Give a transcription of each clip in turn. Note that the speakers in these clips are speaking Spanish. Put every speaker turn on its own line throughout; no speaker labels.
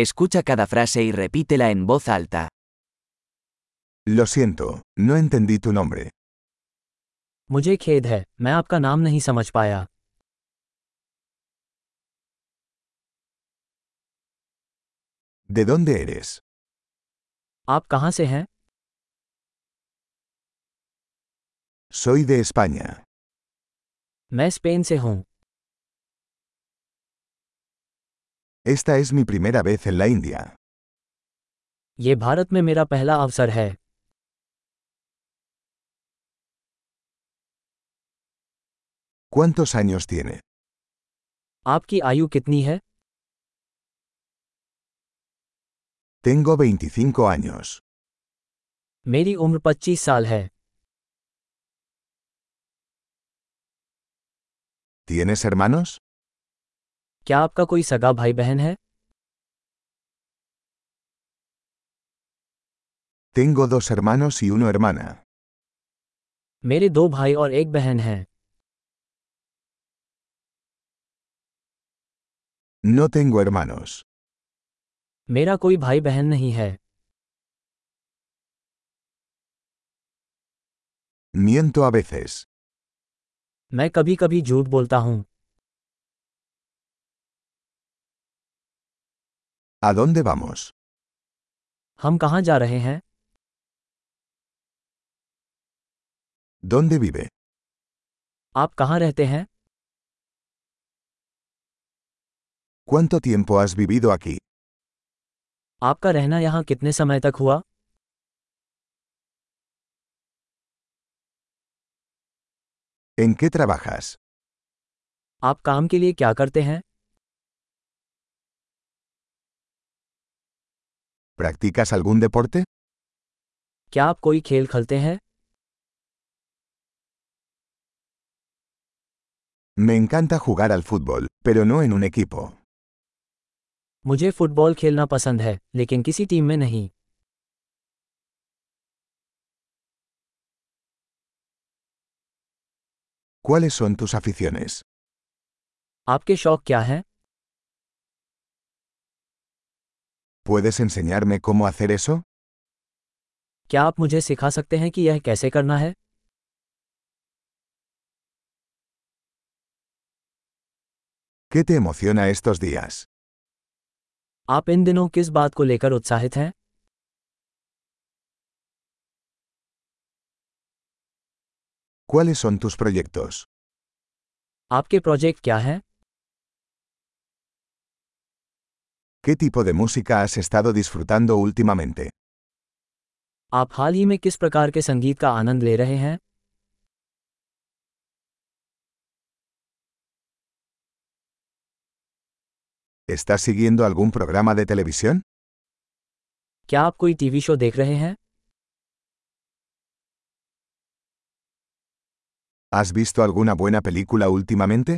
Escucha cada frase y repítela en voz alta.
Lo siento, no entendí tu nombre.
मुझे खेद है मैं आपका नाम नहीं समझ पाया
¿De dónde eres?
आप कहाँ से हैं
Soy de España.
मैं स्पेन से हूँ
Esta es mi primera vez en la India.
ये भारत में मेरा पहला अवसर है
¿Cuántos años tiene?
आपकी आयु कितनी है
Tengo 25 años.
मेरी उम्र 25 साल है
¿Tienes hermanos?
क्या आपका कोई सगा भाई बहन है
Tengo dos hermanos y una hermana.
मेरे दो भाई और एक बहन हैं
No tengo hermanos.
मेरा कोई भाई बहन नहीं है
Miento a veces.
मैं कभी कभी झूठ बोलता हूँ
¿A dónde vamos?
हम कहाँ जा रहे हैं
¿Dónde vive?
आप कहाँ रहते हैं
¿Cuánto tiempo has vivido aquí?
आपका रहना यहाँ कितने समय तक हुआ
¿En qué trabajas?
आप काम के लिए क्या करते हैं
¿Practicas algún deporte?
क्या आप कोई खेल खेलते हैं
Me encanta jugar al fútbol, pero no en un equipo.
मुझे फुटबॉल खेलना पसंद है लेकिन किसी टीम में नहीं
¿Cuáles son tus aficiones?
आपके शौक क्या हैं
¿Puedes enseñarme cómo hacer eso?
क्या आप मुझे सिखा सकते हैं कि यह कैसे करना है
¿Qué te emociona estos días?
आप इन दिनों किस बात को लेकर उत्साहित हैं
¿Cuáles son tus proyectos?
आपके प्रोजेक्ट क्या हैं
¿Qué tipo de música has estado disfrutando últimamente?
आप हाल ही में किस प्रकार के संगीत का आनंद ले रहे हैं
¿Estás siguiendo algún programa de televisión?
क्या आप कोई टीवी शो देख रहे हैं
¿Has visto alguna buena película últimamente?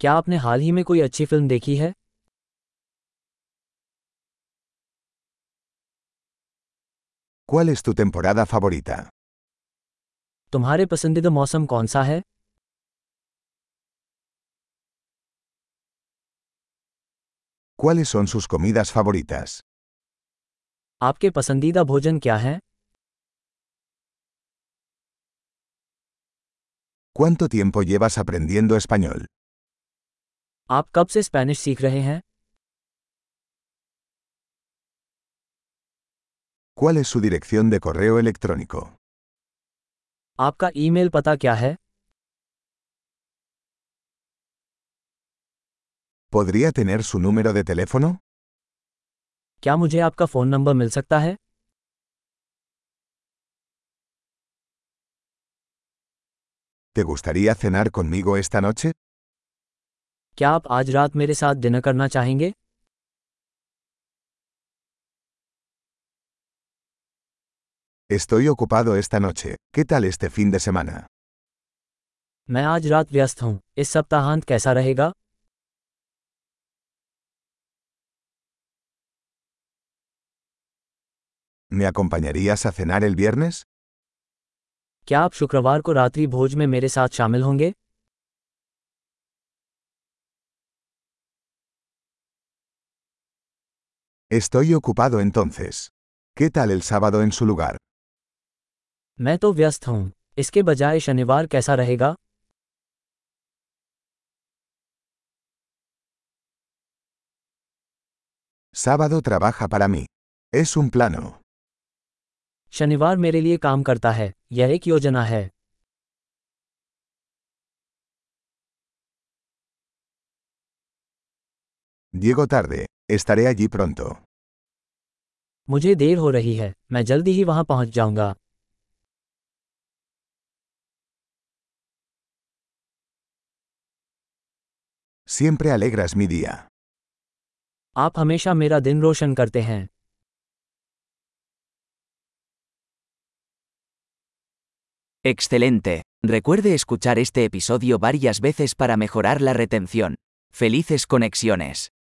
क्या आपने हाल ही में कोई अच्छी फिल्म देखी है
¿Cuál es tu temporada favorita?
तुम्हारे पसंदीदा मौसम कौन सा है
¿Cuáles son sus comidas favoritas?
आपके पसंदीदा भोजन क्या है
¿Cuánto tiempo llevas aprendiendo español?
आप कब से स्पेनिश सीख रहे हैं
¿Cuál es su dirección de correo electrónico?
आपका ईमेल पता क्या है
¿Podría tener su número de teléfono?
क्या मुझे आपका फ़ोन नंबर मिल सकता है
¿Te gustaría cenar conmigo esta noche?
क्या आप आज रात मेरे साथ डिनर करना चाहेंगे
Estoy ocupado esta noche. ¿Qué tal este fin de semana?
मैं आज रात व्यस्त हूँ इस सप्ताहांत कैसा रहेगा
¿Me acompañarías a cenar el viernes?
क्या आप शुक्रवार को रात्रि भोज में मेरे साथ शामिल होंगे
Estoy ocupado entonces. ¿Qué tal el sábado en su lugar?
मैं तो व्यस्त हूँ इसके बजाय शनिवार कैसा रहेगा
Sábado trabaja para mí. Es un plano.
शनिवार मेरे लिए काम करता है यह एक योजना है
Llego tarde. Estaré allí pronto.
मुझे देर हो रही है मैं जल्दी ही वहां पहुंच जाऊंगा
Siempre alegras mi día.
आप हमेशा मेरा दिन रोशन करते हैं
Excelente. Recuerde escuchar este episodio varias veces para mejorar la retención. Felices conexiones.